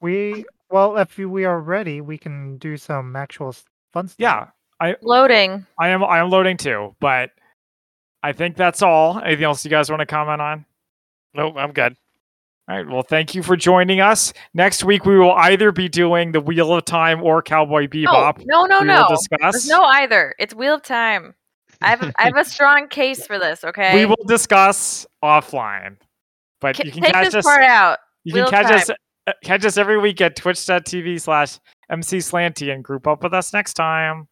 S2: We well, if you- we are ready, we can do some actual s- fun stuff.
S1: Yeah,
S3: Loading.
S1: I am. I am loading too, but I think that's all. Anything else you guys want to comment on?
S5: Nope, I'm good.
S1: All right. Well, thank you for joining us. Next week we will either be doing the Wheel of Time or Cowboy
S3: No,
S1: Bebop.
S3: no, no,
S1: we
S3: no.
S1: will discuss.
S3: There's no either. It's Wheel of Time. I have,
S1: *laughs*
S3: I have a strong case for this. Okay.
S1: we will discuss offline. But
S3: Ca-
S1: you can
S3: take
S1: catch
S3: this
S1: us.
S3: part out.
S1: You
S3: Wheel
S1: can
S3: of
S1: catch
S3: Time.
S1: us. uh, Catch us every week at twitch.tv slash mcslanty and group up with us next time.